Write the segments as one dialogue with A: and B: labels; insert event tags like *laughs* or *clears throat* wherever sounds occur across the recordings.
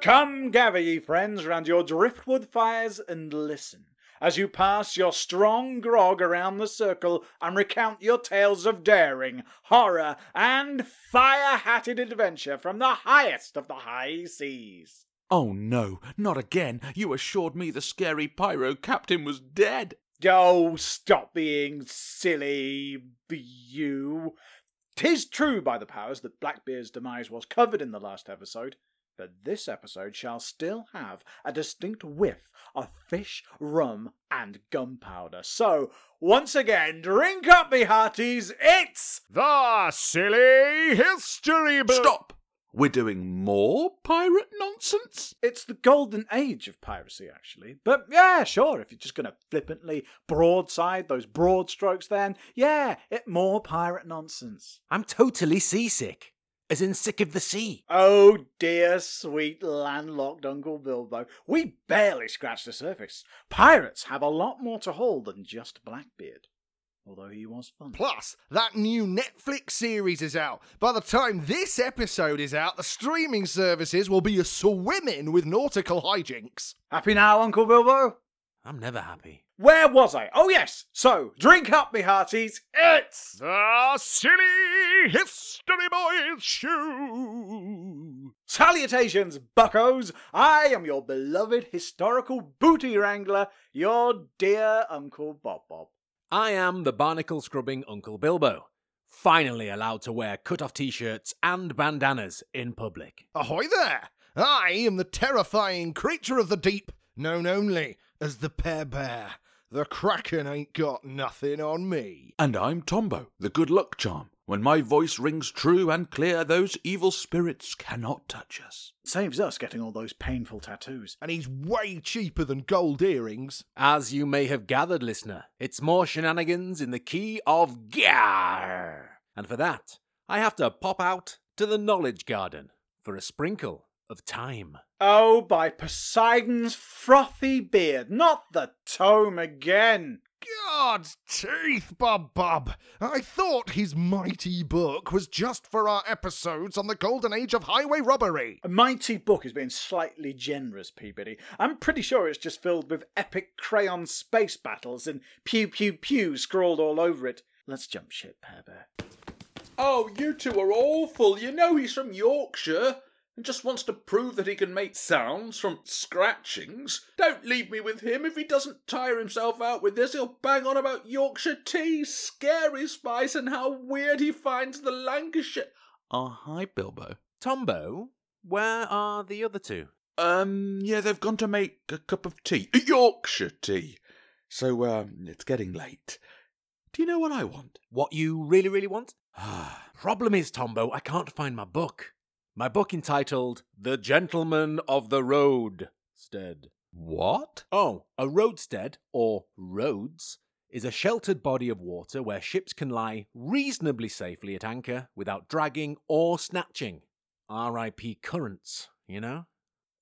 A: Come, gather ye friends round your driftwood fires and listen as you pass your strong grog around the circle and recount your tales of daring, horror, and fire hatted adventure from the highest of the high seas.
B: Oh no, not again. You assured me the scary pyro captain was dead.
A: Oh, stop being silly, you. Tis true by the powers that Blackbeard's demise was covered in the last episode, but this episode shall still have a distinct whiff of fish, rum, and gunpowder. So, once again, drink up, me hearties. It's
C: The Silly History Book!
B: Stop! We're doing more pirate nonsense?
A: it's the golden age of piracy, actually. But yeah, sure. If you're just gonna flippantly broadside those broad strokes, then yeah, it more pirate nonsense.
D: I'm totally seasick, as in sick of the sea.
A: Oh dear, sweet landlocked Uncle Bilbo. We barely scratched the surface. Pirates have a lot more to hold than just Blackbeard. Although he was fun.
C: Plus, that new Netflix series is out. By the time this episode is out, the streaming services will be swimming with nautical hijinks.
A: Happy now, Uncle Bilbo?
D: I'm never happy.
A: Where was I? Oh yes! So, drink up, me hearties! It's
C: The Silly History Boys Show!
A: Salutations, buckos! I am your beloved historical booty wrangler, your dear Uncle Bob Bob.
D: I am the barnacle scrubbing Uncle Bilbo, finally allowed to wear cut off t shirts and bandanas in public.
C: Ahoy there! I am the terrifying creature of the deep, known only as the Pear Bear. The Kraken ain't got nothing on me.
B: And I'm Tombo, the good luck charm. When my voice rings true and clear, those evil spirits cannot touch us.
A: Saves us getting all those painful tattoos.
C: And he's way cheaper than gold earrings.
D: As you may have gathered, listener, it's more shenanigans in the key of Gar. And for that, I have to pop out to the Knowledge Garden for a sprinkle of time.
A: Oh, by Poseidon's frothy beard, not the tome again!
C: God's teeth, Bob Bob! I thought his mighty book was just for our episodes on the golden age of highway robbery.
A: A mighty book is being slightly generous, Peabody. I'm pretty sure it's just filled with epic crayon space battles and pew pew pew scrawled all over it. Let's jump ship, Pear Bear.
B: Oh, you two are awful. You know he's from Yorkshire and just wants to prove that he can make sounds from scratchings. Don't leave me with him. If he doesn't tire himself out with this, he'll bang on about Yorkshire tea, scary spice, and how weird he finds the Lancashire. Oh, hi, Bilbo.
D: Tombo, where are the other two?
B: Um, yeah, they've gone to make a cup of tea. A Yorkshire tea. So, um, it's getting late. Do you know what I want?
D: What you really, really want? Problem is, Tombo, I can't find my book. My book entitled The Gentleman of the Roadstead.
B: what?
D: Oh, a roadstead, or roads, is a sheltered body of water where ships can lie reasonably safely at anchor without dragging or snatching. R.I.P. currents, you know?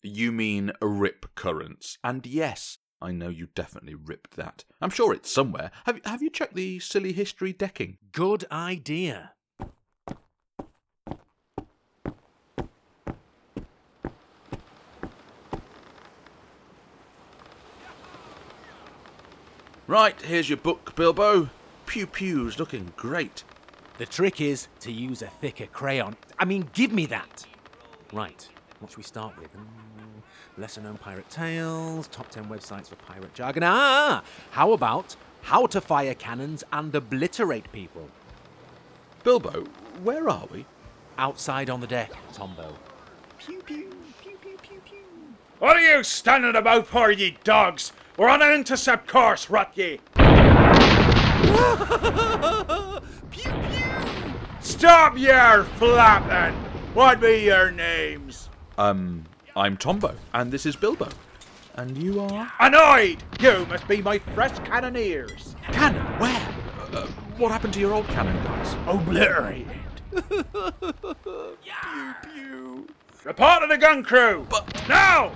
B: You mean rip currents. And yes, I know you definitely ripped that. I'm sure it's somewhere. Have, have you checked the silly history decking?
D: Good idea.
B: Right, here's your book, Bilbo. Pew Pew's looking great.
D: The trick is to use a thicker crayon. I mean, give me that. Right, what should we start with? Mm, lesser known pirate tales, top 10 websites for pirate jargon. Ah! How about how to fire cannons and obliterate people?
B: Bilbo, where are we?
D: Outside on the deck, Tombo.
A: What are you standing about for, ye dogs? We're on an intercept course, rot ye!
D: *laughs* Pew pew!
A: Stop your flapping! What be your
D: *laughs*
A: names?
B: Um, I'm Tombo, and this is Bilbo. And you are?
A: Annoyed! You must be my fresh cannoneers!
B: Cannon, where? Uh, what happened to your old cannon, guys?
A: Obliterated. Report to the gun crew!
B: But-
A: now!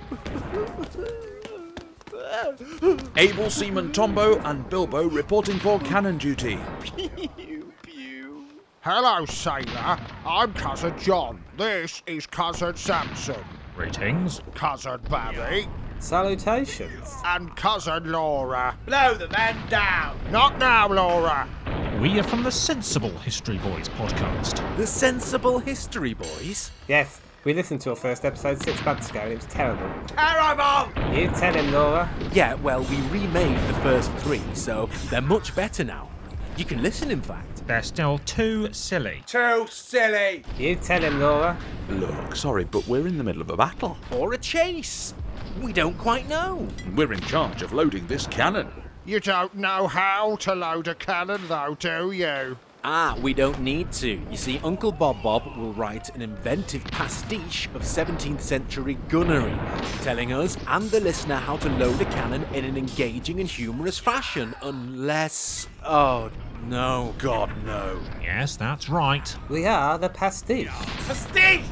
B: Able Seaman Tombo and Bilbo reporting for cannon duty.
C: Hello, sailor. I'm Cousin John. This is Cousin Samson.
E: Greetings.
F: Cousin Babby
G: Salutations.
F: and Cousin Laura.
H: Blow the man down!
F: Not now, Laura.
E: We are from the Sensible History Boys podcast.
D: The Sensible History Boys?
G: Yes, we listened to your first episode six months ago and it was terrible.
H: Terrible!
G: You tell him, Laura.
D: Yeah, well, we remade the first three, so they're much better now. You can listen, in fact.
E: They're still too silly.
H: Too silly!
G: You tell him, Laura.
B: Look, sorry, but we're in the middle of a battle.
D: Or a chase. We don't quite know.
I: We're in charge of loading this cannon.
F: You don't know how to load a cannon, though, do you?
D: Ah, we don't need to. You see, Uncle Bob Bob will write an inventive pastiche of 17th century gunnery, telling us and the listener how to load a cannon in an engaging and humorous fashion, unless. Oh, no.
B: God, no.
E: Yes, that's right.
G: We are the pastiche.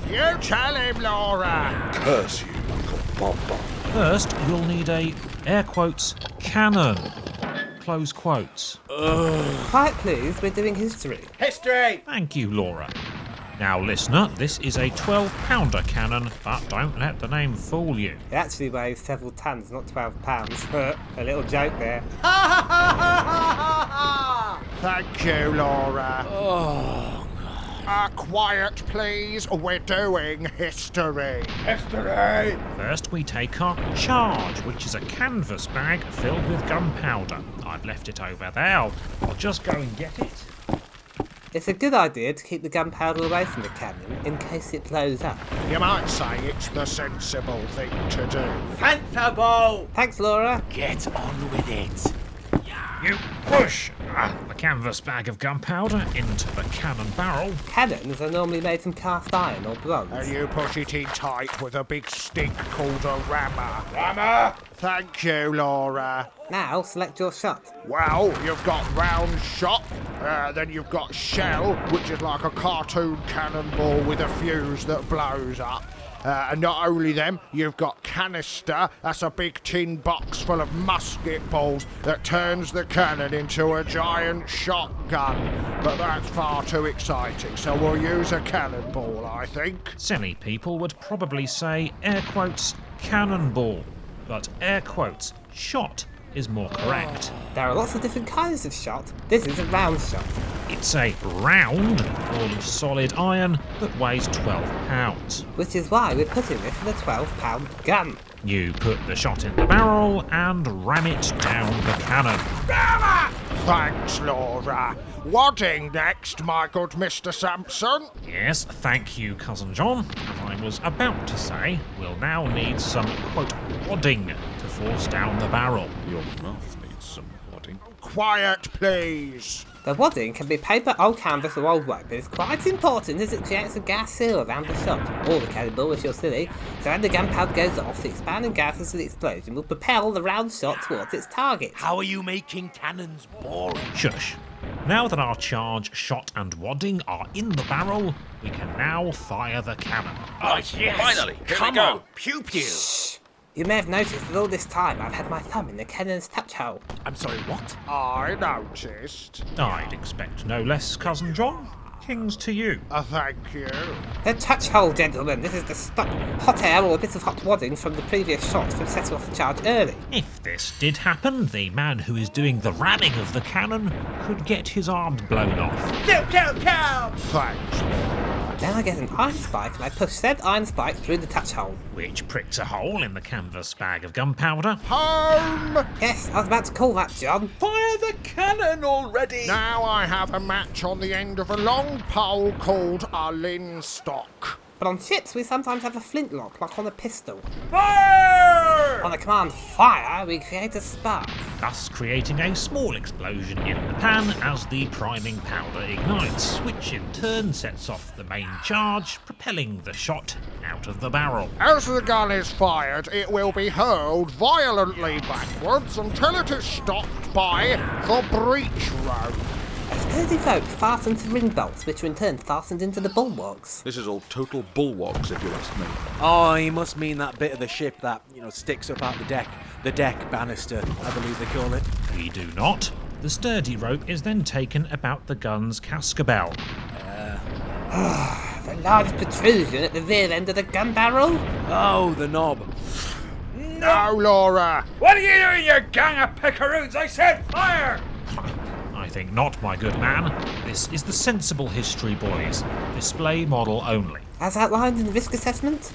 F: You tell him, Laura.
B: Curse you, Uncle Bob Bob.
E: First, you'll need a air quotes cannon. Close quotes.
G: Quite pleased, we're doing history.
H: History!
E: Thank you, Laura. Now, listener, this is a 12 pounder cannon, but don't let the name fool you.
G: It actually weighs several tons, not 12 pounds. *laughs* a little joke there.
F: Thank you, Laura. Oh. Uh, quiet, please. We're doing history.
H: History!
E: First, we take our charge, which is a canvas bag filled with gunpowder. I've left it over there. I'll just go and get it.
G: It's a good idea to keep the gunpowder away from the cannon in case it blows up.
F: You might say it's the sensible thing to do.
H: Sensible!
G: Thanks, Laura.
D: Get on with it.
E: You push ah, the canvas bag of gunpowder into the cannon barrel.
G: Cannons are normally made from cast iron or
F: And
G: bronze.
F: you push it in tight with a big stick called a rammer.
H: Hammer!
F: Thank you, Laura.
G: Now select your shot.
F: Well, you've got round shot, uh, then you've got shell, which is like a cartoon cannonball with a fuse that blows up. Uh, and not only them, you've got canister, that's a big tin box full of musket balls that turns the cannon into a giant shotgun. But that's far too exciting, so we'll use a cannonball, I think.
E: Silly people would probably say air quotes cannonball, but air quotes shot is more correct.
G: There are lots of different kinds of shot. This is a round shot.
E: It's a round ball of solid iron that weighs 12 pounds.
G: which is why we're putting this in a 12 pound gun.
E: You put the shot in the barrel and ram it down the cannon.
F: Thanks, Laura. Wadding next, my good Mr. Sampson.
E: Yes, thank you, Cousin John. As I was about to say, we'll now need some, quote, wadding to force down the barrel.
B: Your mouth needs some wadding.
F: Quiet, please.
G: The wadding can be paper, old canvas, or old rope, but it's quite important as it creates a gas seal around the shot, or the cannonball if you're silly. So when the gunpowder goes off, the expanding gases of the explosion will propel the round shot towards its target.
D: How are you making cannons boring?
E: Shush. Now that our charge, shot, and wadding are in the barrel, we can now fire the cannon.
D: Oh, yes.
I: Finally, here we
D: Come
I: go.
D: on, pew pew.
G: You may have noticed that all this time I've had my thumb in the cannon's touch hole.
D: I'm sorry, what?
F: I noticed.
E: I'd expect no less, Cousin John. Kings to you.
F: Uh, thank you.
G: The touch hole, gentlemen, this is to stop hot air or a bit of hot wadding from the previous shot from setting off the charge early.
E: If this did happen, the man who is doing the ramming of the cannon could get his arms blown off.
H: Kill, kill, kill!
F: Thanks.
G: Then I get an iron spike and I push said iron spike through the touch hole.
E: Which pricks a hole in the canvas bag of gunpowder.
F: Home!
G: Yes, I was about to call that, John.
I: Fire the cannon already!
F: Now I have a match on the end of a long pole called a linstock.
G: But on ships, we sometimes have a flintlock, like on a pistol.
H: Fire!
G: On the command fire, we create a spark.
E: thus creating a small explosion in the pan as the priming powder ignites, which in turn sets off the main charge, propelling the shot out of the barrel.
F: As the gun is fired, it will be hurled violently backwards until it is stopped by the breech rope.
G: A sturdy rope fastened to ring bolts, which are in turn fastened into the bulwarks.
B: This is all total bulwarks, if you ask me.
D: Oh, he must mean that bit of the ship that, you know, sticks up out the deck. The deck banister, I believe they call it.
E: We do not. The sturdy rope is then taken about the gun's cascabel.
G: There's a large protrusion at the rear end of the gun barrel.
D: Oh, the knob.
C: No, Laura.
J: What are you doing, you gang of pickaroons? I said fire!
E: I think not, my good man. This is the sensible history, boys. Display model only.
G: As outlined in the risk assessment,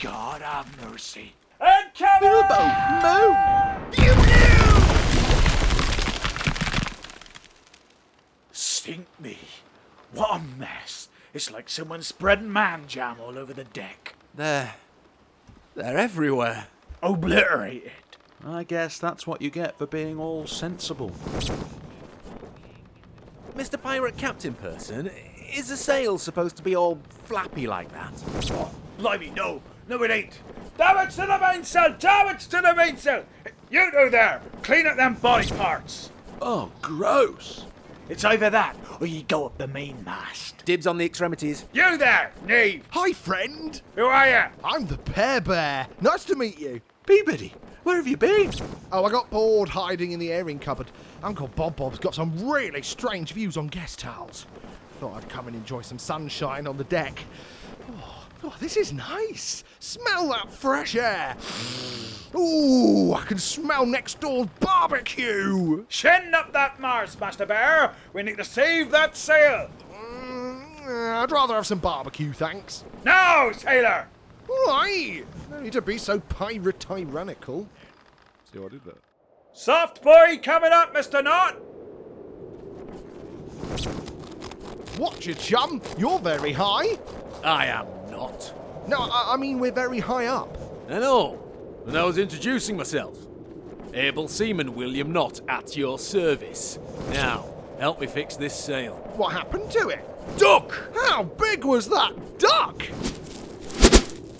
J: God have mercy. Stink me. What a mess. It's like someone spread man jam all over the deck.
D: They're. They're everywhere.
J: Obliterated.
B: I guess that's what you get for being all sensible.
D: Mr. Pirate Captain Person, is a sail supposed to be all flappy like that?
J: Blimey, no. No, it ain't. Damage to the mainsail! Damage to the mainsail! You two there! Clean up them body parts!
B: Oh, gross!
J: It's either that, or you go up the mainmast.
D: Dibs on the extremities.
J: You there, Neve!
C: Hi, friend.
J: Who are you?
C: I'm the Pear Bear. Nice to meet you.
B: Peabody, where have you been?
C: Oh, I got bored hiding in the airing cupboard. Uncle Bob Bob's got some really strange views on guest towels. Thought I'd come and enjoy some sunshine on the deck. Oh, oh, this is nice. Smell that fresh air. Ooh, I can smell next door's barbecue.
J: Shin up that mast, Master Bear! We need to save that sail!
C: Mm, uh, I'd rather have some barbecue, thanks.
J: Now, sailor!
C: Why? No need to be so pirate tyrannical.
B: See what I did there?
J: Soft boy coming up, Mr. Knot!
C: Watch your chum. You're very high.
D: I am not.
C: No, I, I mean we're very high up.
D: Hello. And I was introducing myself. Able Seaman William Knott at your service. Now, help me fix this sail.
C: What happened to it?
D: Duck!
C: How big was that duck?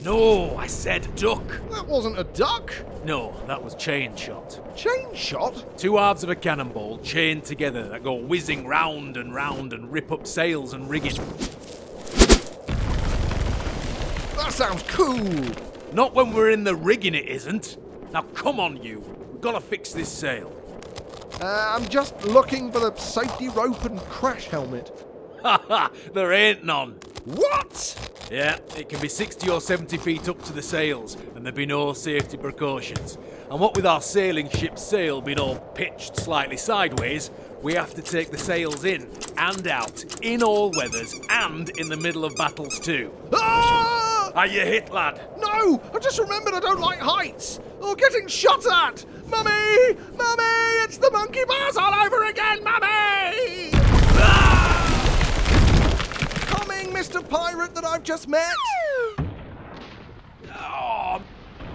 D: No, I said duck.
C: That wasn't a duck.
D: No, that was chain shot.
C: Chain shot?
D: Two halves of a cannonball chained together that go whizzing round and round and rip up sails and rigging.
C: That sounds cool.
D: Not when we're in the rigging, it isn't. Now come on, you. We've got to fix this sail.
C: Uh, I'm just looking for the safety rope and crash helmet.
D: Ha ha! *laughs* There ain't none.
C: What?
D: Yeah, it can be 60 or 70 feet up to the sails, and there'd be no safety precautions. And what with our sailing ship's sail being all pitched slightly sideways, we have to take the sails in and out, in all weathers, and in the middle of battles too.
C: Ah!
D: Are you hit, lad?
C: No! I just remembered I don't like heights. Or getting shot at. Mummy! Mummy! It's the monkey bars all over again, Mummy! Ah! Coming, Mr. Pirate that I've just met.
D: Oh,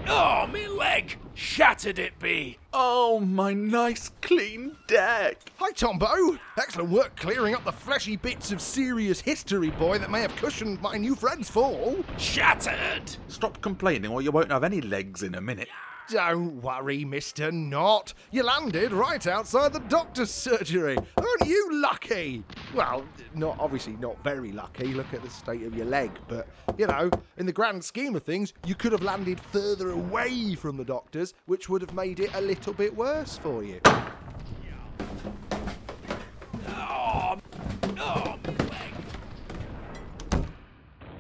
D: oh, me leg! Shattered it be!
B: Oh, my nice clean deck!
C: Hi, Tombo. Excellent work clearing up the fleshy bits of serious history, boy, that may have cushioned my new friend's fall.
D: Shattered!
B: Stop complaining or you won't have any legs in a minute.
C: Don't worry, Mr. Knot. You landed right outside the doctor's surgery. Aren't you lucky? Well, not obviously not very lucky. Look at the state of your leg, but you know, in the grand scheme of things, you could have landed further away from the doctor's, which would have made it a little bit worse for you.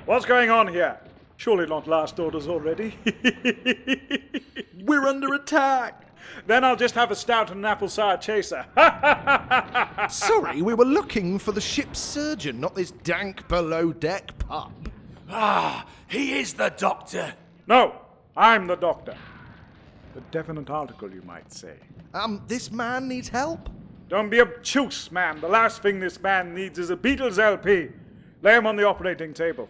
J: What's going on here? Surely not last orders already. *laughs*
B: We're under attack!
J: then I'll just have a stout and an apple sour chaser. *laughs*
C: Sorry, we were looking for the ship's surgeon, not this dank below deck pub.
D: Ah, he is the doctor!
J: no, I'm the doctor. A definite article, you might say.
C: Um, this man needs help.
J: Don't be obtuse, man. The last thing this man needs is a Beatles LP. Lay him on the operating table.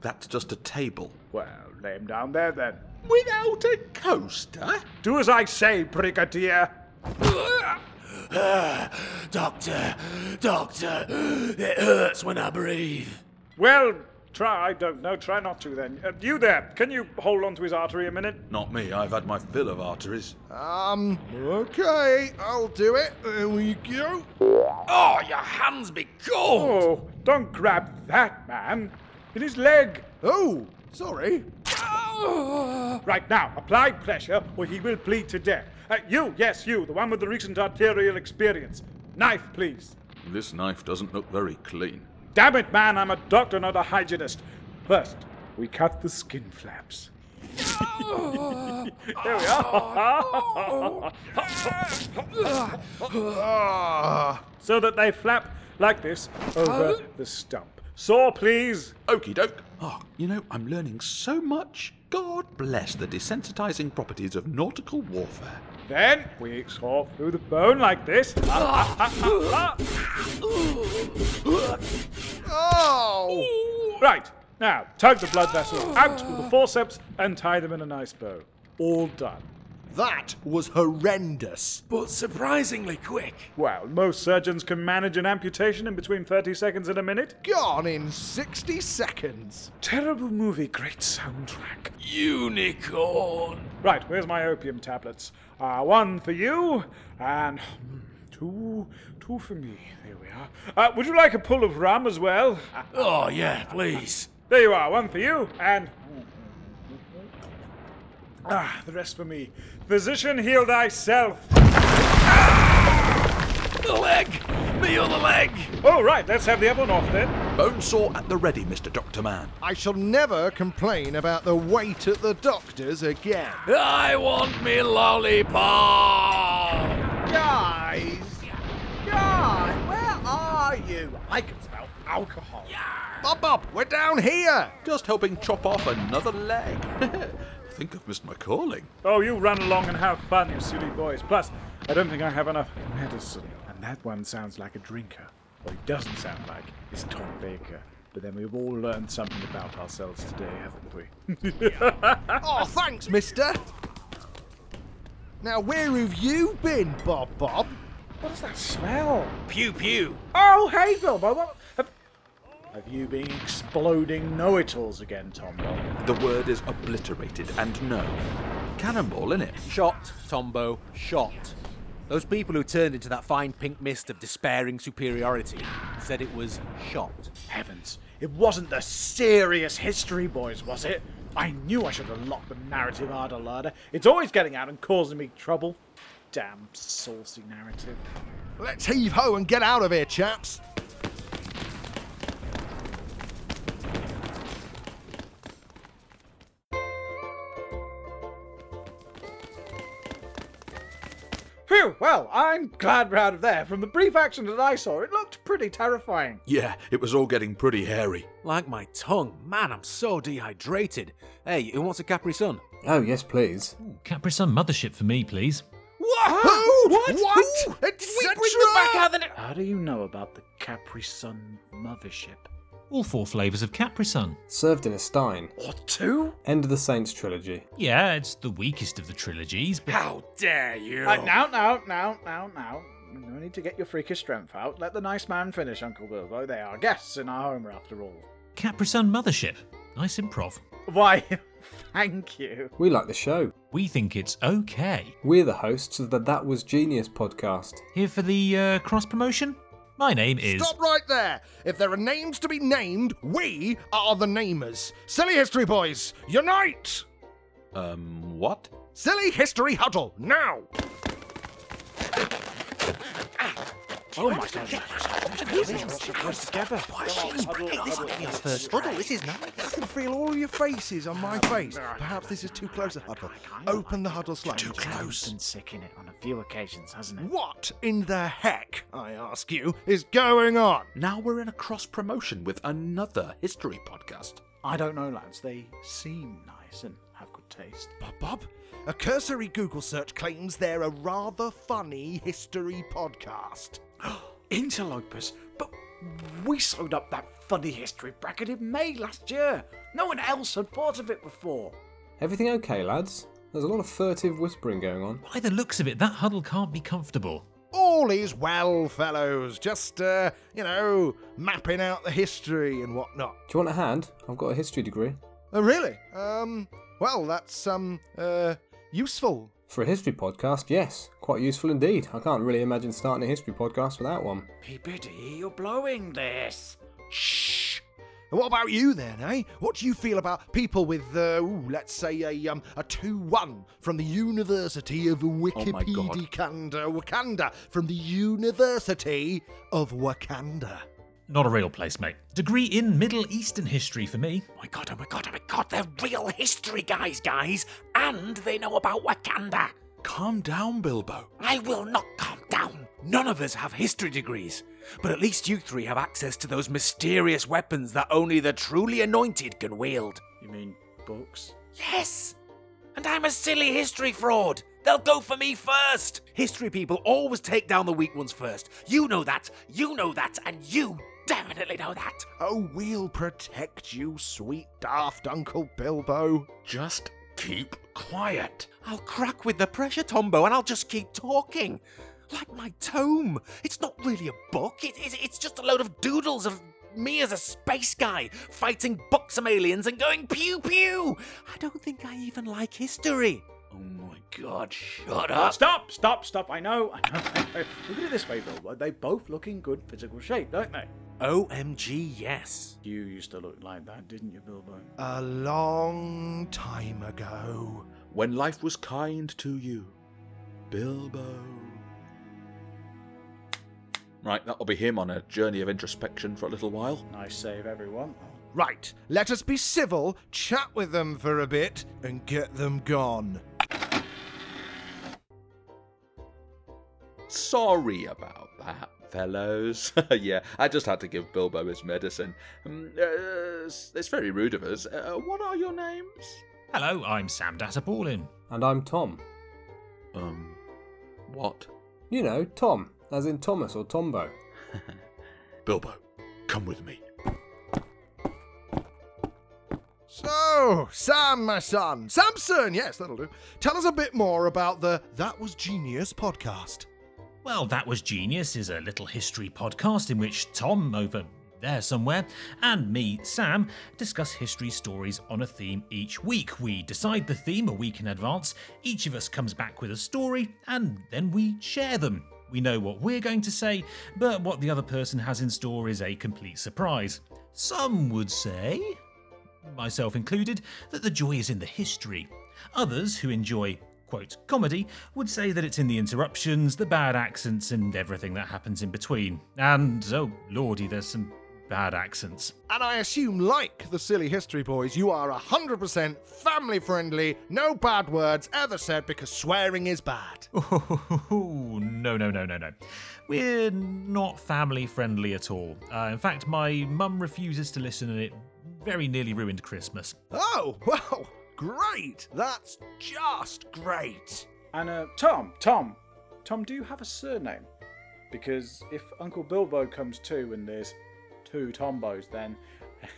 B: That's just a table.
J: Well, lay him down there then.
B: Without a coaster?
J: Do as I say, brigadier.
D: *sighs* Doctor, doctor, it hurts when I breathe.
J: Well, try, I don't know, try not to then. Uh, you there, can you hold on to his artery a minute?
B: Not me, I've had my fill of arteries.
C: Um, okay, I'll do it. There we go.
D: Oh, your hands be cold!
J: Oh, don't grab that, man. In his leg.
C: Oh, sorry.
D: Ah.
J: Right now, apply pressure or he will bleed to death. Uh, you, yes, you, the one with the recent arterial experience. Knife, please.
B: This knife doesn't look very clean.
A: Damn it, man, I'm a doctor, not a hygienist. First, we cut the skin flaps. there we
F: Oh,
A: are.
C: Ah,
A: so that they flap like this over the stump. Saw, please.
F: Okie doke.
B: Oh, you know, I'm learning so much. God bless the desensitizing properties of nautical warfare.
A: Then we saw through the bone like this. *laughs* Ah, ah, ah, ah,
C: oh,
A: ah. Right, now tug the blood vessels out with the forceps and tie them in a nice bow. All done.
C: that was horrendous.
J: But surprisingly quick.
A: Well, most surgeons can manage an amputation in between 30 seconds and a minute.
C: Gone in 60 seconds.
A: Terrible movie, great soundtrack.
J: Unicorn.
A: Right, where's my opium tablets? Uh, one for you, and hmm, two, two for me. There we are. Uh, would you like a pull of rum as well? *laughs* Ah,
J: Oh, yeah, please.
A: there you are, one for you, and. Ah, the rest for me. Physician, heal thyself.
J: The leg. Me other leg.
A: All right, let's have the other one off then.
B: Bone saw at the ready, Mr. Doctor Man.
C: I shall never complain about the wait at the doctor's again.
J: I want me lollipop.
C: Guys! Guys, where are you? I can smell alcohol. Bob Bob, we're down here!
B: Just helping chop off another leg. *laughs* I think I've missed my calling.
A: Oh, you run along and have fun, you silly boys. Plus, I don't think I have enough medicine. And that one sounds like a drinker. What he doesn't sound like is Tom Baker. But then we've all learned something about ourselves today, haven't we?
C: Oh, thanks, mister! Now, where have you been, Bob Bob?
A: What's that smell?
J: Pew pew.
A: *laughs* Oh, hey, Bilbo. What, have, have you been exploding know-it-alls again, Tom? Bob?
B: The word is obliterated and no. Cannonball, innit?
D: Shot, Tombo, shot. Those people who turned into that fine pink mist of despairing superiority said it was shot.
A: Heavens! It wasn't the serious history boys, was it? I knew I should have locked the narrative harder, Lada. It's always getting out and causing me trouble. Damn saucy narrative.
C: Let's heave ho and get out of here, chaps!
A: Phew, well, I'm glad we're out of there. From the brief action that I saw, it looked pretty terrifying.
B: Yeah, it was all getting pretty hairy.
D: Like my tongue. Man, I'm so dehydrated. Hey, who wants a Capri Sun?
G: Oh, yes, please.
E: Capri Sun Mothership for me, please.
C: Who? What? What?
A: How do you know about the Capri Sun mothership?
E: *laughs* All four flavours of Capri Sun.
G: Served in a stein.
A: What, two?
G: End of the Saints trilogy.
E: Yeah, it's the weakest of the trilogies, but
J: How dare you?
A: Uh, now, now, now, now, now. No need to get your freakish strength out. Let the nice man finish, Uncle Bilbo. They are guests in our home, after all. *laughs*
E: Capri Sun Mothership. Nice improv.
A: Why, thank you.
G: We like the show.
E: We think it's okay.
G: We're the hosts of the That Was Genius podcast.
E: Here for the uh, cross promotion? My name is.
C: Stop right there! If there are names to be named, we are the namers. Silly History Boys, unite!
B: Um, what?
C: Silly History Huddle, now!
D: Oh my god. together. Why this first
C: Huddle, this is nice. I can feel all your faces on my face. Perhaps this is too close a huddle. Open the huddle slide. Too
A: Been sick in it on a few occasions, hasn't it?
C: What in the heck, I ask you, is going on?
B: Now we're in a cross promotion with another history podcast.
A: I don't know, lads. They seem nice and have good taste.
C: Bob Bob? A cursory Google search claims they're a rather funny history *gasps* podcast.
A: Interlopers, but we sewed up that funny history bracket in May last year. No one else had thought of it before.
G: Everything okay, lads? There's a lot of furtive whispering going on.
E: By the looks of it, that huddle can't be comfortable.
C: All is well, fellows. Just, uh, you know, mapping out the history and whatnot.
G: Do you want a hand? I've got a history degree.
C: Oh, really? Um, well, that's, um, uh, useful.
G: For a history podcast, yes, quite useful indeed. I can't really imagine starting a history podcast without one.
A: Peabody, you're blowing this.
C: Shh. What about you then, eh? What do you feel about people with, uh, ooh, let's say a um a two-one from the University of Wikipedia Wakanda, Wakanda from the University of Wakanda?
E: Not a real place, mate. Degree in Middle Eastern history for me.
D: Oh my god, oh my god, oh my god, they're real history guys, guys, and they know about Wakanda.
B: Calm down, Bilbo.
D: I will not calm down. None of us have history degrees, but at least you three have access to those mysterious weapons that only the truly anointed can wield.
A: You mean books?
D: Yes! And I'm a silly history fraud! They'll go for me first! History people always take down the weak ones first. You know that, you know that, and you definitely know that!
C: Oh, we'll protect you, sweet daft Uncle Bilbo.
B: Just keep quiet.
D: I'll crack with the pressure, Tombo, and I'll just keep talking. Like my tome. It's not really a book, it, it, it's just a load of doodles of me as a space guy fighting buxom aliens and going pew pew. I don't think I even like history.
B: Oh my god, shut up.
A: Stop, stop, stop. I know, I know. I know. Look at it this way, Bill. They both look in good physical shape, don't they?
D: OMG, yes.
A: You used to look like that, didn't you, Bilbo?
C: A long time ago.
B: When life was kind to you, Bilbo. Right, that'll be him on a journey of introspection for a little while.
A: Nice save, everyone.
C: Right, let us be civil, chat with them for a bit, and get them gone.
B: Sorry about that, fellows. *laughs* yeah, I just had to give Bilbo his medicine. Um, uh, it's it's very rude of us. Uh, what are your names?
E: Hello, I'm Sam Datterpaulin.
K: And I'm Tom.
B: Um, what?
K: You know, Tom, as in Thomas or Tombo.
B: *laughs* Bilbo, come with me.
C: So, Sam, my son, Samson, yes, that'll do. Tell us a bit more about the That Was Genius podcast.
E: Well, That Was Genius is a little history podcast in which Tom, over there somewhere, and me, Sam, discuss history stories on a theme each week. We decide the theme a week in advance, each of us comes back with a story, and then we share them. We know what we're going to say, but what the other person has in store is a complete surprise. Some would say myself included, that the joy is in the history. Others who enjoy, quote, comedy would say that it's in the interruptions, the bad accents, and everything that happens in between. And, oh lordy, there's some bad accents. *laughs*
C: And I assume, like the silly history boys, you are 100% family friendly, no bad words ever said because swearing is bad.
E: Oh, no, no, no, no, no. We're not family friendly at all. Uh, in fact, my mum refuses to listen and it very nearly ruined Christmas.
C: Oh, *laughs* well, great. That's just great.
A: And uh, Tom, Tom, Tom, do you have a surname? Because if Uncle Bilbo comes too and there's two Tombos, then *laughs*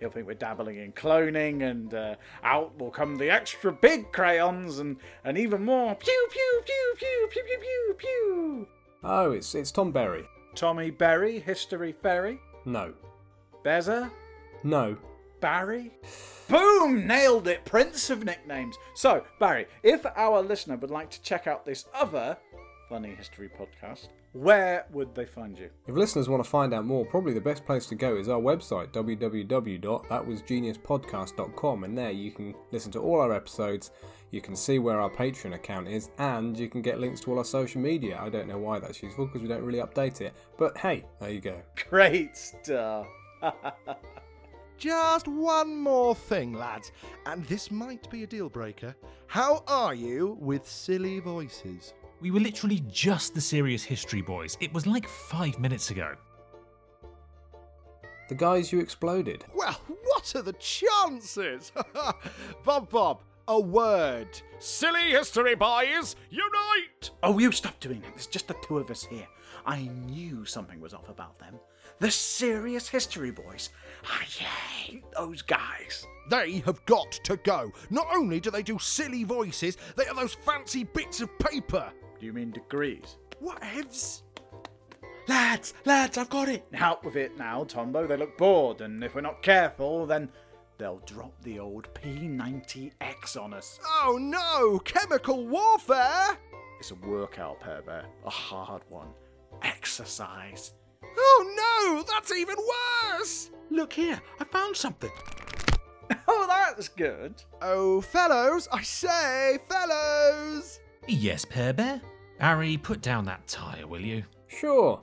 A: he'll think we're dabbling in cloning, and uh, out will come the extra big crayons and, and even more pew pew pew pew pew pew pew pew.
K: Oh, it's it's Tom Berry.
A: Tommy Berry, History Ferry,
K: No.
A: Beza,
K: No.
A: Barry? Boom! Nailed it! Prince of nicknames. So, Barry, if our listener would like to check out this other funny history podcast, where would they find you?
K: If listeners want to find out more, probably the best place to go is our website, www.thatwasgeniuspodcast.com, and there you can listen to all our episodes, you can see where our Patreon account is, and you can get links to all our social media. I don't know why that's useful because we don't really update it, but hey, there you go.
A: Great stuff. *laughs*
C: Just one more thing, lads, and this might be a deal breaker. How are you with silly voices?
E: We were literally just the serious history boys. It was like five minutes ago.
K: The guys you exploded.
C: Well, what are the chances? *laughs* Bob Bob, a word. Silly history boys, unite!
A: oh, you stop doing that. There's just the two of us here. I knew something was off about them. The serious history boys. I hate Ah, those guys.
C: They have got to go. Not only do they do silly voices, they are those fancy bits of paper.
A: Do you mean degrees?
C: What ifs?
B: Lads, lads, I've got it.
A: Out with it now, Tombo. They look bored, and if we're not careful, then they'll drop the old P90X on us.
C: Oh no, chemical warfare?
A: It's a workout, Pear Bear. A hard one. Exercise.
C: Oh no, that's even worse!
B: Look here, I found something.
A: *laughs* Oh, that's good.
C: Oh, fellows, I say, fellows!
E: Yes, Pear Bear? Barry, put down that tyre, will you?
K: Sure.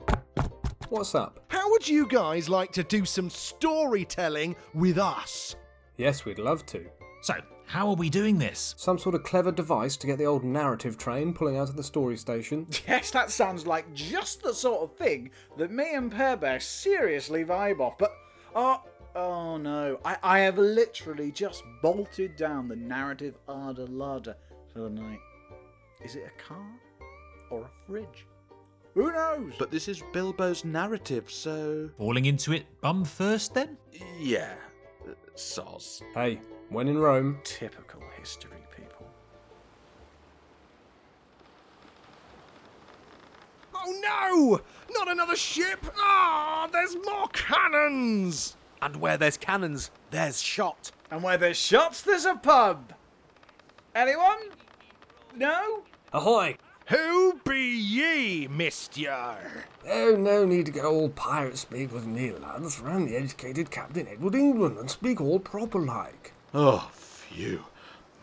G: What's up?
C: How would you guys like to do some storytelling with us?
G: Yes, we'd love to.
E: So, how are we doing this?
G: Some sort of clever device to get the old narrative train pulling out of the
E: *laughs*
G: story station.
A: Yes, that sounds like just the sort of thing that me and Pear Bear seriously vibe off. But, oh, oh no, I, I have literally just bolted down the narrative arda larder for the night. Is it a car or a fridge? Who knows?
B: But this is Bilbo's narrative, so.
E: Falling into it bum first, then?
B: Yeah. Uh, Soz.
G: Hey, when in Rome.
A: typical history people.
C: Oh no! Not another ship! Ah, there's more cannons!
J: And where there's cannons, there's shot.
A: And where there's shots, there's a pub. Anyone? No?
G: Ahoy!
C: Who be ye, mister?
G: Oh, no need to go all pirate speak with me, lads. For I'm the educated Captain Edward England and speak all proper like.
B: Oh, phew.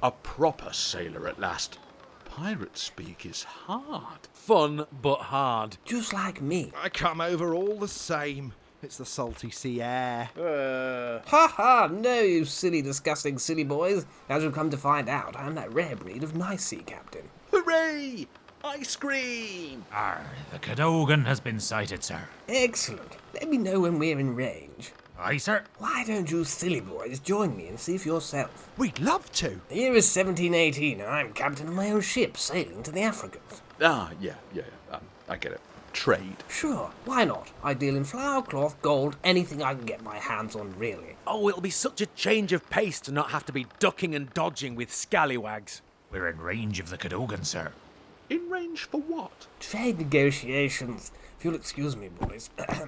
B: A proper sailor at last. Pirate speak is hard.
D: Fun but hard.
G: Just like me.
C: I come over all the same. It's the salty sea air.
A: Uh,
G: Ha ha! No, you silly, disgusting, silly boys. As you've come to find out, I'm that rare breed of nice sea captain.
B: Hooray! Ice cream!
E: Arr, the Cadogan has been sighted, sir.
G: Excellent. Let me know when we're in range.
E: Aye, sir.
G: Why don't you silly boys join me and see for yourself?
C: We'd love to.
G: The year is 1718, and I'm captain of my own ship sailing to the Africans.
B: Ah, yeah, yeah, yeah. Um, I get it. Trade.
G: Sure, why not? I deal in flour, cloth, gold, anything I can get my hands on, really.
J: Oh, it'll be such a change of pace to not have to be ducking and dodging with scallywags.
E: We're in range of the Cadogan, sir.
B: In range for what?
G: Trade negotiations. If you'll excuse me, boys. *clears throat*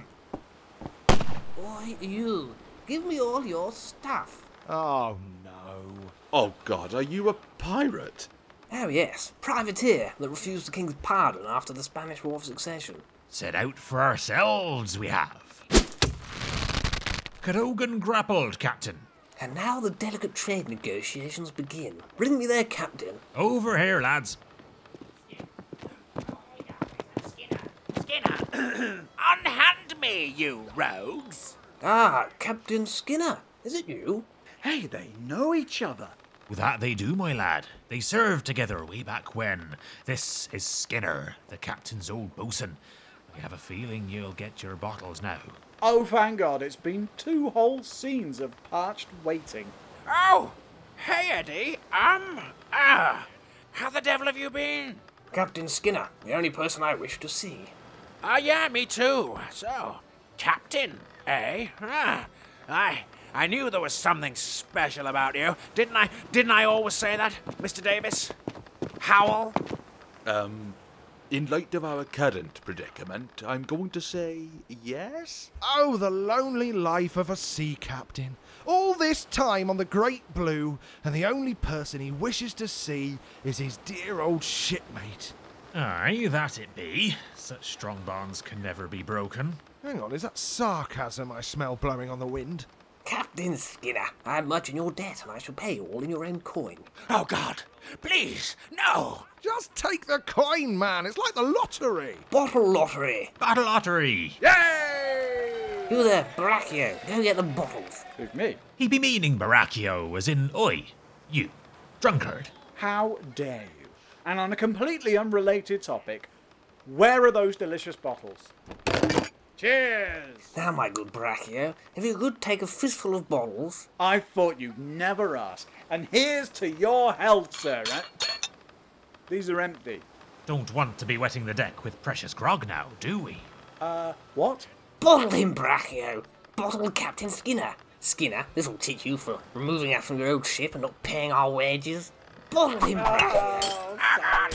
G: Why, you, give me all your stuff.
C: Oh no.
B: Oh, God, are you a pirate?
G: Oh, yes, privateer that refused the king's pardon after the Spanish War of Succession.
E: Set out for ourselves, we have. Cadogan grappled, Captain.
G: And now the delicate trade negotiations begin. Bring me their captain.
E: Over here, lads.
J: *clears throat* Unhand me, you rogues!
G: Ah, Captain Skinner. Is it you?
A: hey, they know each other.
E: With that they do, my lad. They served together way back when. This is Skinner, the captain's old bosun. I have a feeling you'll get your bottles now.
A: Oh, thank God, it's been two whole scenes of parched waiting.
J: Oh! Hey, Eddie! Um, ah! How the devil have you been?
G: Captain Skinner, the only person I wish to see.
J: Ah, yeah, me too. So, Captain, eh? Ah, I, I knew there was something special about you, didn't I? Didn't I always say that, Mr. Davis? Howell?
B: Um, in light of our current predicament, I'm going to say yes?
C: Oh, the lonely life of a sea captain. All this time on the Great Blue, and the only person he wishes to see is his dear old shipmate.
E: Aye, that it be. Such strong bonds can never be broken.
C: Hang on, is that sarcasm I smell blowing on the wind?
G: Captain Skinner, I am much in your debt, and I shall pay you all in your own coin.
J: Oh, God! Please, no!
C: Just take the coin, man. It's like the lottery.
G: Bottle lottery!
E: Battle lottery!
G: You there, Brachio, go get the bottles.
A: With me.
E: He be meaning Baracchio, as in, oi, you, drunkard.
A: How dare you? And on a completely unrelated topic, where are those delicious bottles? Cheers!
G: Now, my good Brachio, if you could take a fistful of bottles.
A: I thought you'd never ask. And here's to your health, sir. eh? These are empty.
E: Don't want to be wetting the deck with precious grog now, do we?
A: Uh, What?
G: Bottle him, Brachio! Bottle Captain Skinner! Skinner, this will teach you for removing us from your old ship and not paying our wages. Bottle him,
A: Uh,
G: Brachio! Oh,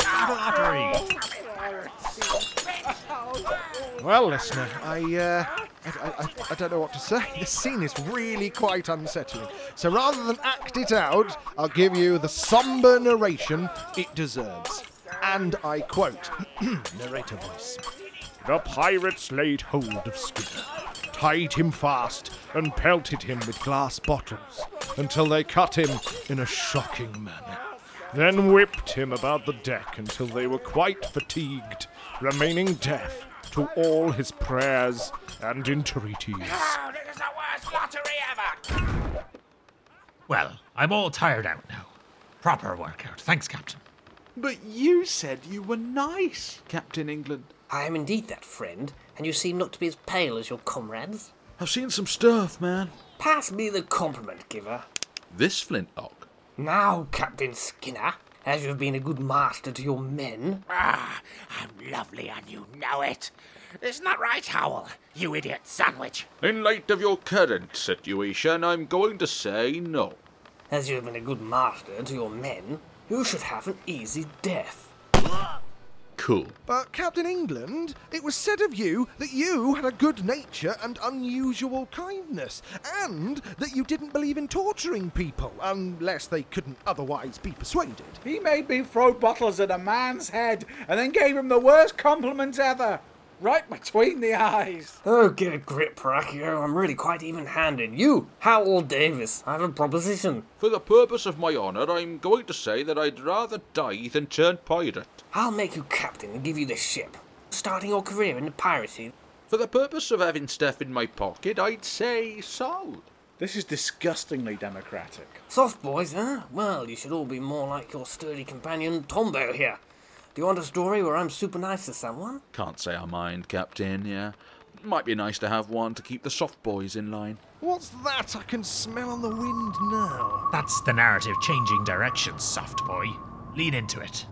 E: Battle lottery!
C: Well, listener, I, uh, I, I, I- I don't know what to say. This scene is really quite unsettling. So rather than act it out, I'll give you the somber narration it deserves. And I quote *clears throat* narrator voice. The pirates laid hold of Skinner, tied him fast, and pelted him with glass bottles until they cut him in a shocking manner. Then whipped him about the deck until they were quite fatigued, remaining deaf
F: to all his prayers and entreaties.
L: Oh, this is the worst lottery ever!
E: Well, I'm all tired out now. Proper workout. Thanks, Captain.
M: But you said you were nice, Captain England.
G: I am indeed that friend, and you seem not to be as pale as your comrades.
M: I've seen some stuff, man.
G: Pass me the compliment giver.
N: This flintlock.
G: Now, Captain Skinner, as you have been a good master to your men,
L: Ah, I'm lovely and you know it. Isn't that right, Howell? You idiot sandwich.
N: In light of your current situation, I'm going to say no.
G: as you have been a good master to your men, you should have an easy death.
N: Cool.
F: But, Captain England, it was said of you that you had a good nature and unusual kindness, and that you didn't believe in torturing people unless they couldn't otherwise be persuaded.
A: He made me throw bottles at a man's head and then gave him the worst compliment ever. Right between the eyes.
G: Oh, get a grip, Paracchio. I'm really quite even-handed. You, Howell Davis, I have a proposition.
N: For the purpose of my honour, I'm going to say that I'd rather die than turn pirate.
G: I'll make you captain and give you the ship. Starting your career in piracy.
N: For the purpose of having stuff in my pocket, I'd say sold.
A: This is disgustingly democratic.
G: Soft boys, huh? Well, you should all be more like your sturdy companion Tombo here. Do you want a story where I'm super nice to someone?
N: Can't say I mind, Captain, yeah. Might be nice to have one to keep the soft boys in line.
F: What's that I can smell on the wind now?
E: That's the narrative changing direction, soft boy. Lean into it.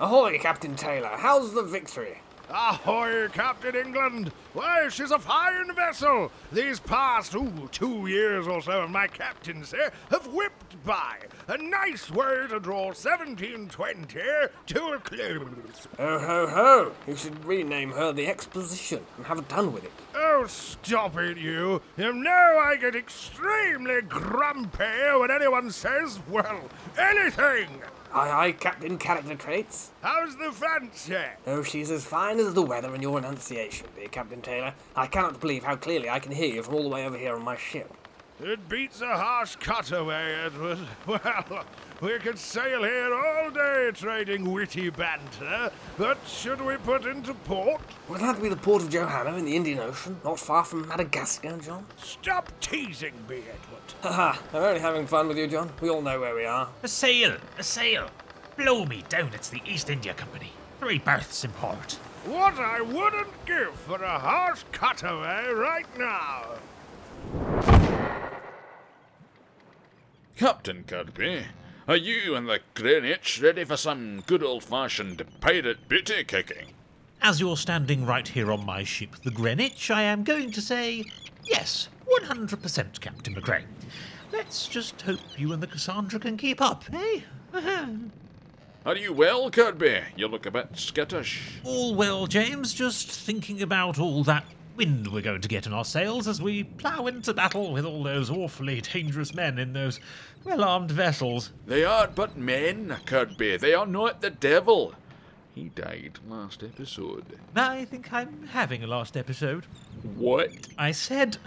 G: Ahoy, Captain Taylor. How's the victory?
F: Ahoy, Captain England! Why, she's a fine vessel! These past, ooh, two years or so of my captaincy have whipped by. A nice way to draw 1720 to a close.
G: Ho ho ho! You should rename her the Exposition and have done with it.
F: Oh, stop it, you. You know I get extremely grumpy when anyone says, well, anything.
G: Aye aye, Captain Character Traits.
F: How's the fancy?
G: Oh, she's as fine as the weather in your enunciation, dear Captain Taylor. I cannot believe how clearly I can hear you from all the way over here on my ship.
F: It beats a harsh cutaway, Edward. *laughs* Well, we could sail here all day trading witty banter, but should we put into port?
G: Would that be the port of Johanna in the Indian Ocean, not far from Madagascar, John?
F: Stop teasing me, Edward.
G: *laughs* Haha, I'm only having fun with you, John. We all know where we are.
E: A sail! A sail! Blow me down, it's the East India Company. Three berths in port.
F: What I wouldn't give for a harsh cutaway right now.
N: Captain Kirby, are you and the Greenwich ready for some good old fashioned pirate booty kicking?
E: As you're standing right here on my ship, the Greenwich, I am going to say yes, 100%, Captain McRae. Let's just hope you and the Cassandra can keep up, eh? *laughs*
N: Are you well, Kirby? You look a bit skittish.
E: All well, James, just thinking about all that wind we're going to get in our sails as we plough into battle with all those awfully dangerous men in those well armed vessels.
N: They are but men, Kirby. They are not the devil. He died last episode.
E: I think I'm having a last episode.
N: What?
E: I said,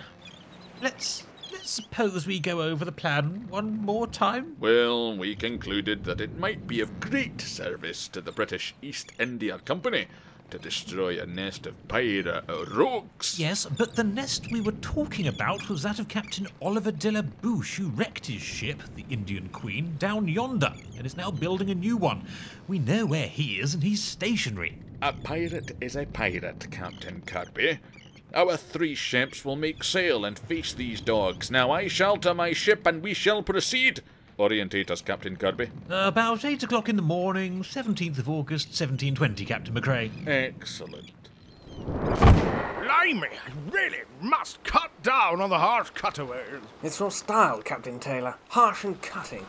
E: let's let's suppose we go over the plan one more time.
N: Well, we concluded that it might be of great service to the British East India Company to destroy a nest of pirate rogues.
E: Yes, but the nest we were talking about was that of Captain Oliver de la Bouche, who wrecked his ship, the Indian Queen, down yonder, and is now building a new one. We know where he is, and he's stationary.
N: A pirate is a pirate, Captain Kirby. Our three ships will make sail and face these dogs. Now I shelter my ship and we shall proceed. Orientate us, Captain Kirby.
E: About eight o'clock in the morning, 17th of August, 1720, Captain McRae.
N: Excellent.
F: Blimey, I really must cut down on the harsh cutaways.
G: It's your style, Captain Taylor. Harsh and cutting.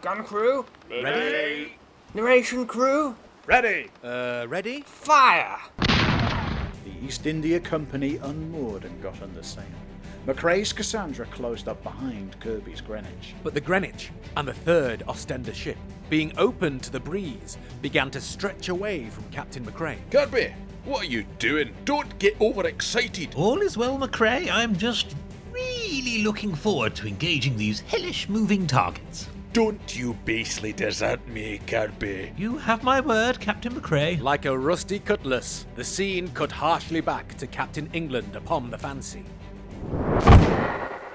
G: Gun crew?
E: Ready?
G: Narration crew?
A: Ready!
D: Uh, ready?
G: Fire!
A: The East India Company unmoored and got under sail. McRae's Cassandra closed up behind Kirby's Greenwich.
D: But the Greenwich and the third Ostender ship, being open to the breeze, began to stretch away from Captain McRae.
N: Kirby, what are you doing? Don't get overexcited.
E: All is well, McRae. I'm just really looking forward to engaging these hellish moving targets.
O: Don't you basely desert me, Kirby.
E: You have my word, Captain McCrae.
D: Like a rusty cutlass, the scene cut harshly back to Captain England upon the fancy.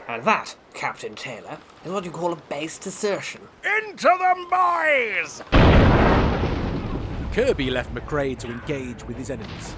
G: And that, Captain Taylor, is what you call a base desertion.
F: Into them, boys!
D: Kirby left McRae to engage with his enemies.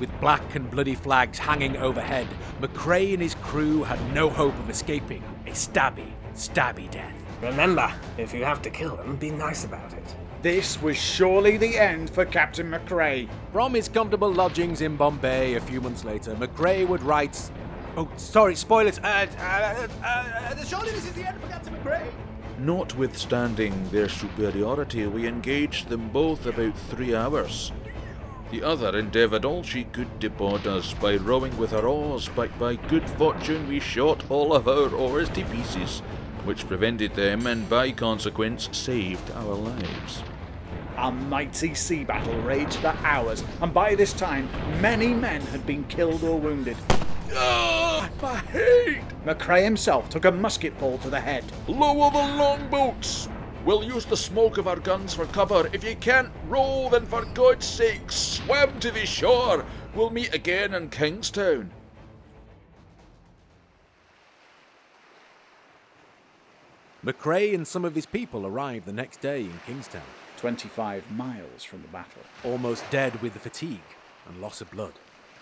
D: With black and bloody flags hanging overhead, McRae and his crew had no hope of escaping a stabby, stabby death.
G: Remember, if you have to kill them, be nice about it.
A: This was surely the end for Captain McRae.
D: From his comfortable lodgings in Bombay a few months later, McRae would write. Oh, sorry, spoilers. Uh, uh, uh, uh, surely this is the end for Captain McRae.
B: Notwithstanding their superiority, we engaged them both about three hours. The other endeavoured all she could to board us by rowing with her oars, but by good fortune we shot all of our oars to pieces, which prevented them and by consequence saved our lives.
A: A mighty sea battle raged for hours, and by this time, many men had been killed or wounded.
P: Ah, my head!
A: McRae himself took a musket ball to the head.
B: Lower the longboats! We'll use the smoke of our guns for cover. If you can't row, then for God's sake, swim to the shore. We'll meet again in Kingstown.
D: McRae and some of his people arrived the next day in Kingstown,
A: 25 miles from the battle.
D: almost dead with the fatigue and loss of blood.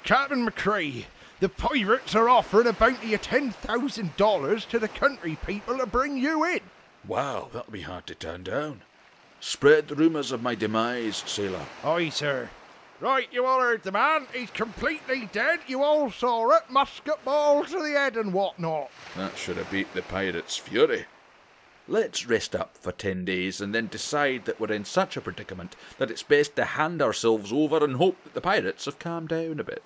F: Captain McCree, the pirates are offering a bounty of $10,000 to the country people to bring you in.
B: Wow, that'll be hard to turn down. Spread the rumours of my demise, sailor.
F: Aye, sir. Right, you all heard the man. He's completely dead. You all saw it. Musket balls to the head and whatnot.
B: That should have beat the pirates' fury. Let's rest up for ten days and then decide that we're in such a predicament that it's best to hand ourselves over and hope that the pirates have calmed down a bit.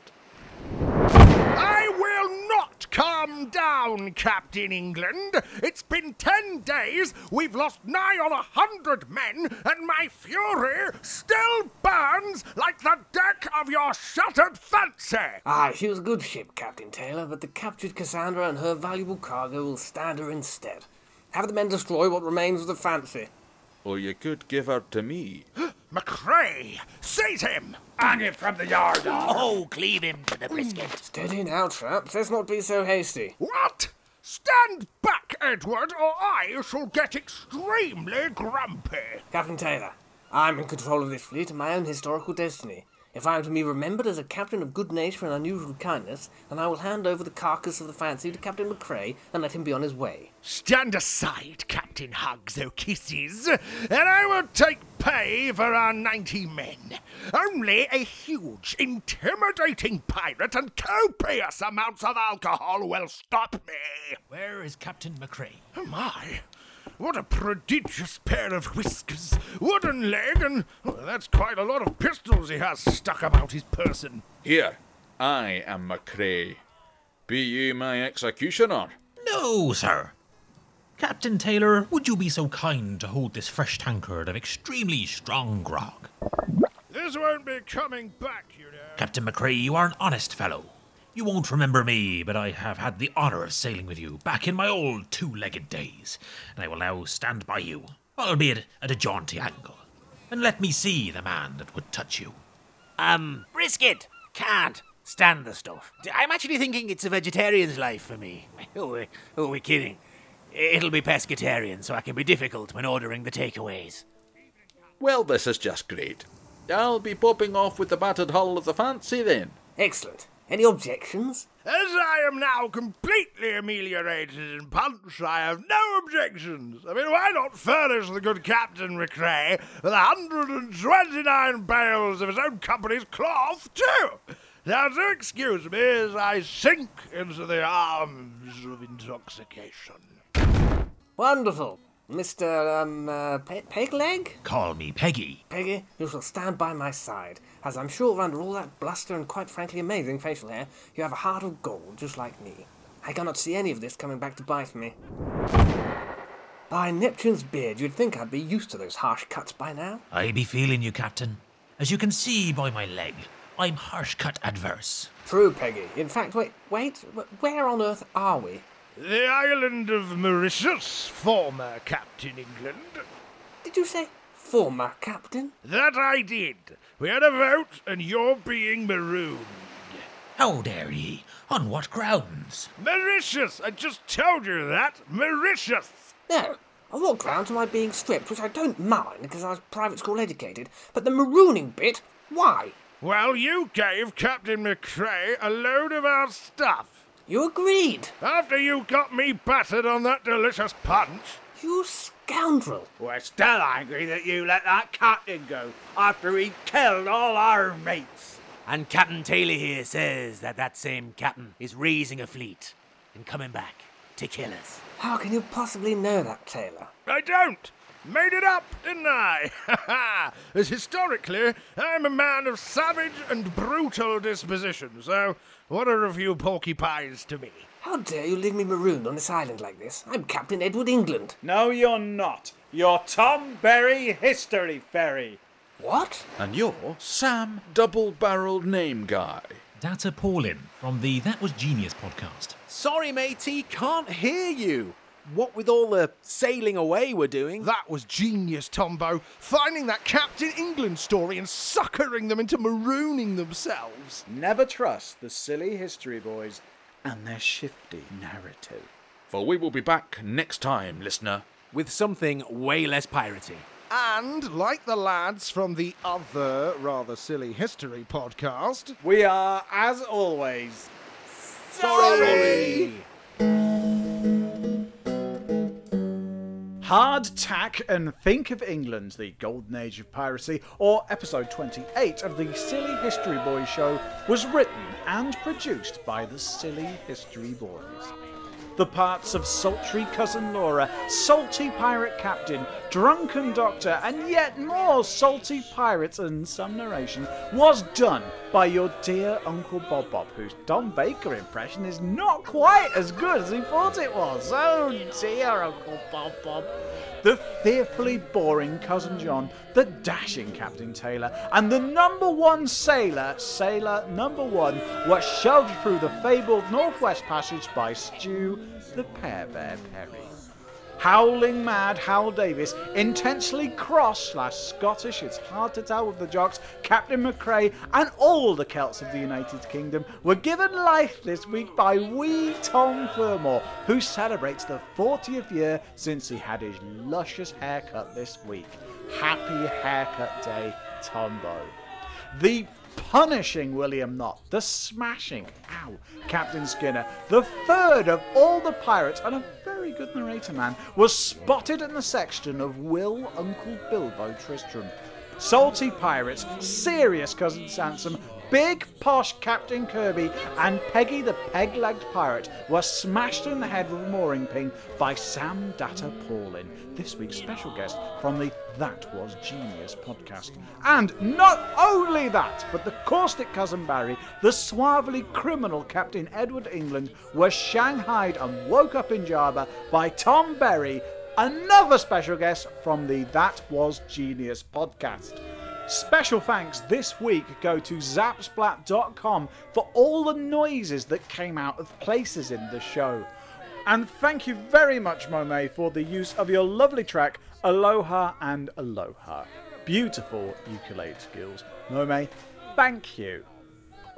F: I will not calm down, Captain England. It's been ten days. We've lost nigh on a hundred men, and my fury still burns like the deck of your shattered fancy.
G: Ah, she was a good ship, Captain Taylor, but the captured Cassandra and her valuable cargo will stand her instead. Have the men destroy what remains of the fancy.
B: Or you could give her to me.
F: McCrae, seize him.
A: Hang it from the yard arm!
Q: Oh, cleave him to the brisket.
G: Steady now, traps. Let's not be so hasty.
F: What? Stand back, Edward, or I shall get extremely grumpy.
G: Captain Taylor, I'm in control of this fleet and my own historical destiny. If I am to be remembered as a captain of good nature and unusual kindness, then I will hand over the carcass of the fancy to Captain McCrae and let him be on his way.
F: Stand aside, Captain Hugs or Kisses, and I will take pay for our 90 men. Only a huge, intimidating pirate and copious amounts of alcohol will stop me.
E: Where is Captain McCrae?
F: Oh my, what a prodigious pair of whiskers, wooden leg, and well, that's quite a lot of pistols he has stuck about his person.
B: Here, I am McCrae. Be you my executioner?
E: No, sir. Captain Taylor, would you be so kind to hold this fresh tankard of extremely strong grog?
F: This won't be coming back, you know.
E: Captain McCrae, you are an honest fellow. You won't remember me, but I have had the honour of sailing with you back in my old two legged days, and I will now stand by you, albeit at a jaunty angle. And let me see the man that would touch you.
Q: Um, brisket. Can't stand the stuff. D- I'm actually thinking it's a vegetarian's life for me. *laughs* Who are, who are we kidding? It'll be pescatarian, so I can be difficult when ordering the takeaways.
B: Well, this is just great. I'll be popping off with the battered hull of the fancy then.
G: Excellent. Any objections?
F: As I am now completely ameliorated in punch, I have no objections. I mean, why not furnish the good Captain McRae with 129 barrels of his own company's cloth, too? Now, do excuse me as I sink into the arms of intoxication.
G: Wonderful. Mr. Um, uh, Pe- Pegleg?
E: Call me Peggy.
G: Peggy, you shall stand by my side, as I'm sure under all that bluster and quite frankly amazing facial hair, you have a heart of gold just like me. I cannot see any of this coming back to bite me. By Neptune's beard, you'd think I'd be used to those harsh cuts by now.
E: I be feeling you, Captain. As you can see by my leg, I'm harsh cut adverse.
G: True, Peggy. In fact, wait, wait, wh- where on earth are we?
C: The island of Mauritius, former Captain England.
G: Did you say former captain?
C: That I did. We had a vote, and you're being marooned.
E: How dare ye? On what grounds?
C: Mauritius! I just told you that! Mauritius!
G: No. On what grounds am I being stripped, which I don't mind because I was private school educated, but the marooning bit, why?
C: Well, you gave Captain McCrae a load of our stuff.
G: You agreed.
C: After you got me battered on that delicious punch.
G: You scoundrel.
A: We're still angry that you let that captain go after he killed all our mates.
D: And Captain Taylor here says that that same captain is raising a fleet and coming back to kill us.
G: How can you possibly know that, Taylor?
C: I don't. Made it up, didn't I? *laughs* Ha ha! As historically, I'm a man of savage and brutal disposition, so what are a few porcupines to me?
G: How dare you leave me marooned on this island like this? I'm Captain Edward England.
A: No, you're not. You're Tom Berry History Ferry.
G: What?
F: And you're Sam Double Barreled Name Guy.
E: Data Paulin from the That Was Genius podcast.
D: Sorry, matey, can't hear you. What with all the sailing away we're doing.
C: That was genius, Tombo. Finding that Captain England story and suckering them into marooning themselves.
A: Never trust the silly history boys and their shifty narrative.
B: For we will be back next time, listener.
D: with something way less piratey.
C: And, like the lads from the other rather silly history podcast,
A: We are, as always,
C: sorry!
A: Hard Tack and Think of England, the Golden Age of Piracy, or episode 28 of the Silly History Boys show, was written and produced by the Silly History Boys. The parts of Sultry Cousin Laura, Salty Pirate Captain, Drunken Doctor, and yet more Salty Pirates and some narration was done by your dear Uncle Bob Bob, whose Don Baker impression is not quite as good as he thought it was. Oh dear, Uncle Bob Bob the fearfully boring Cousin John, the dashing Captain Taylor, and the number one sailor, Sailor Number One, were shoved through the fabled Northwest Passage by Stew the Pear Bear Perry. Howling mad Hal Davis, intensely cross slash Scottish, it's hard to tell with the jocks, Captain McCrae, and all the Celts of the United Kingdom were given life this week by wee Tom Furmore, who celebrates the 40th year since he had his luscious haircut this week. Happy Haircut Day, Tombo the punishing William Knott, the smashing, ow, Captain Skinner, the third of all the pirates, and a very good narrator man, was spotted in the section of Will Uncle Bilbo Tristram. Salty pirates, serious cousin Sansom, big posh Captain Kirby, and Peggy the peg legged pirate were smashed in the head with a mooring pin by Sam Data Paulin, this week's special guest from the That Was Genius podcast. And not only that, but the caustic cousin Barry, the suavely criminal Captain Edward England, were shanghaied and woke up in Java by Tom Berry, another special guest from the That Was Genius podcast. Special thanks this week go to zapsplat.com for all the noises that came out of places in the show. And thank you very much, Monet, for the use of your lovely track Aloha and Aloha. Beautiful ukulele skills. Monet, thank you.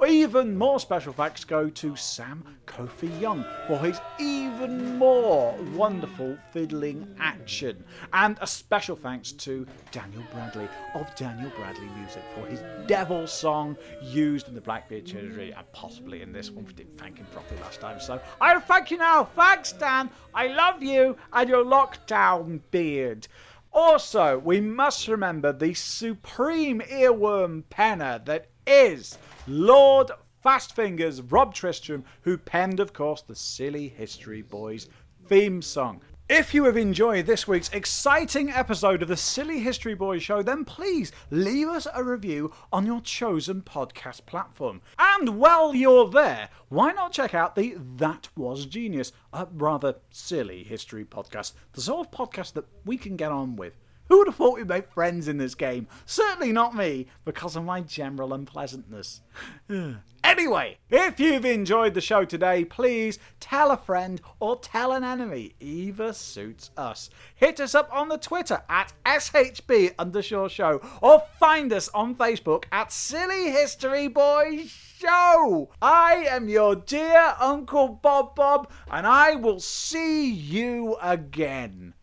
A: Even more special thanks go to Sam Kofi Young for his even more wonderful fiddling action. And a special thanks to Daniel Bradley of Daniel Bradley Music for his devil song used in the Blackbeard Trilogy and possibly in this one. We didn't thank him properly last time, so I'll thank you now. Thanks, Dan. I love you and your lockdown beard. Also, we must remember the supreme earworm penner that is Lord Fastfingers Rob Tristram, who penned, of course, the Silly History Boys theme song. If you have enjoyed this week's exciting episode of the Silly History Boys show, then please leave us a review on your chosen podcast platform. And while you're there, why not check out the That Was Genius, a rather silly history podcast, the sort of podcast that we can get on with. Who would have thought we'd make friends in this game? Certainly not me, because of my general unpleasantness. anyway, Anyway, if you've enjoyed the show today, please tell a friend or tell an enemy. Either suits us. Hit us up on the Twitter at SHB underscore show or find us on Facebook at Silly History Boy Show. I am your dear Uncle Bob Bob and I will see you again.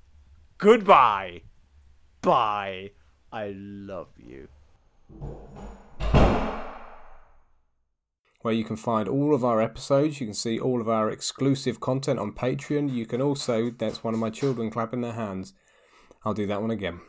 A: Goodbye. Bye. I love you.
K: where you can find all of our episodes. You can see all of our exclusive content on Patreon. You can also, that's one of my children clapping their hands. I'll do that one again.